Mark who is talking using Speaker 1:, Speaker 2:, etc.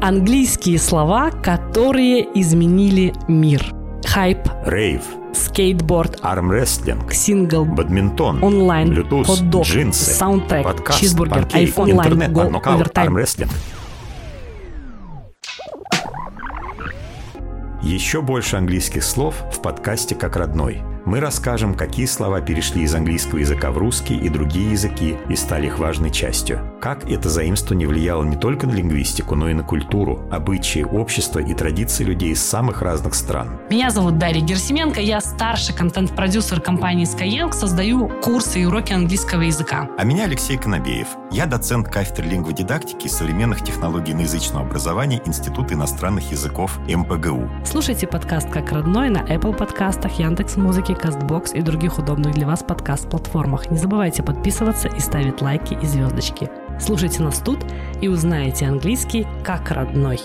Speaker 1: Английские слова, которые изменили мир. Хайп,
Speaker 2: рейв,
Speaker 1: скейтборд,
Speaker 2: армрестлинг,
Speaker 1: сингл,
Speaker 2: бадминтон,
Speaker 1: онлайн,
Speaker 2: Bluetooth,
Speaker 1: хот-дог,
Speaker 2: джинсы,
Speaker 1: саундтрек,
Speaker 2: подкаст,
Speaker 1: чизбургер,
Speaker 2: панкейк,
Speaker 1: iPhone, онлайн,
Speaker 2: интернет,
Speaker 1: гол,
Speaker 2: нокаут,
Speaker 1: овертайм.
Speaker 2: армрестлинг. Еще больше английских слов в подкасте «Как родной». Мы расскажем, какие слова перешли из английского языка в русский и другие языки и стали их важной частью. Как это заимствование влияло не только на лингвистику, но и на культуру, обычаи, общество и традиции людей из самых разных стран.
Speaker 1: Меня зовут Дарья Герсименко, я старший контент-продюсер компании Skyeng, создаю курсы и уроки английского языка.
Speaker 3: А меня Алексей Конобеев. Я доцент кафедры лингводидактики и современных технологий иноязычного образования Института иностранных языков МПГУ.
Speaker 1: Слушайте подкаст «Как родной» на Apple подкастах, Яндекс.Музыке, Кастбокс и других удобных для вас подкаст-платформах. Не забывайте подписываться и ставить лайки и звездочки. Слушайте нас тут и узнаете английский как родной.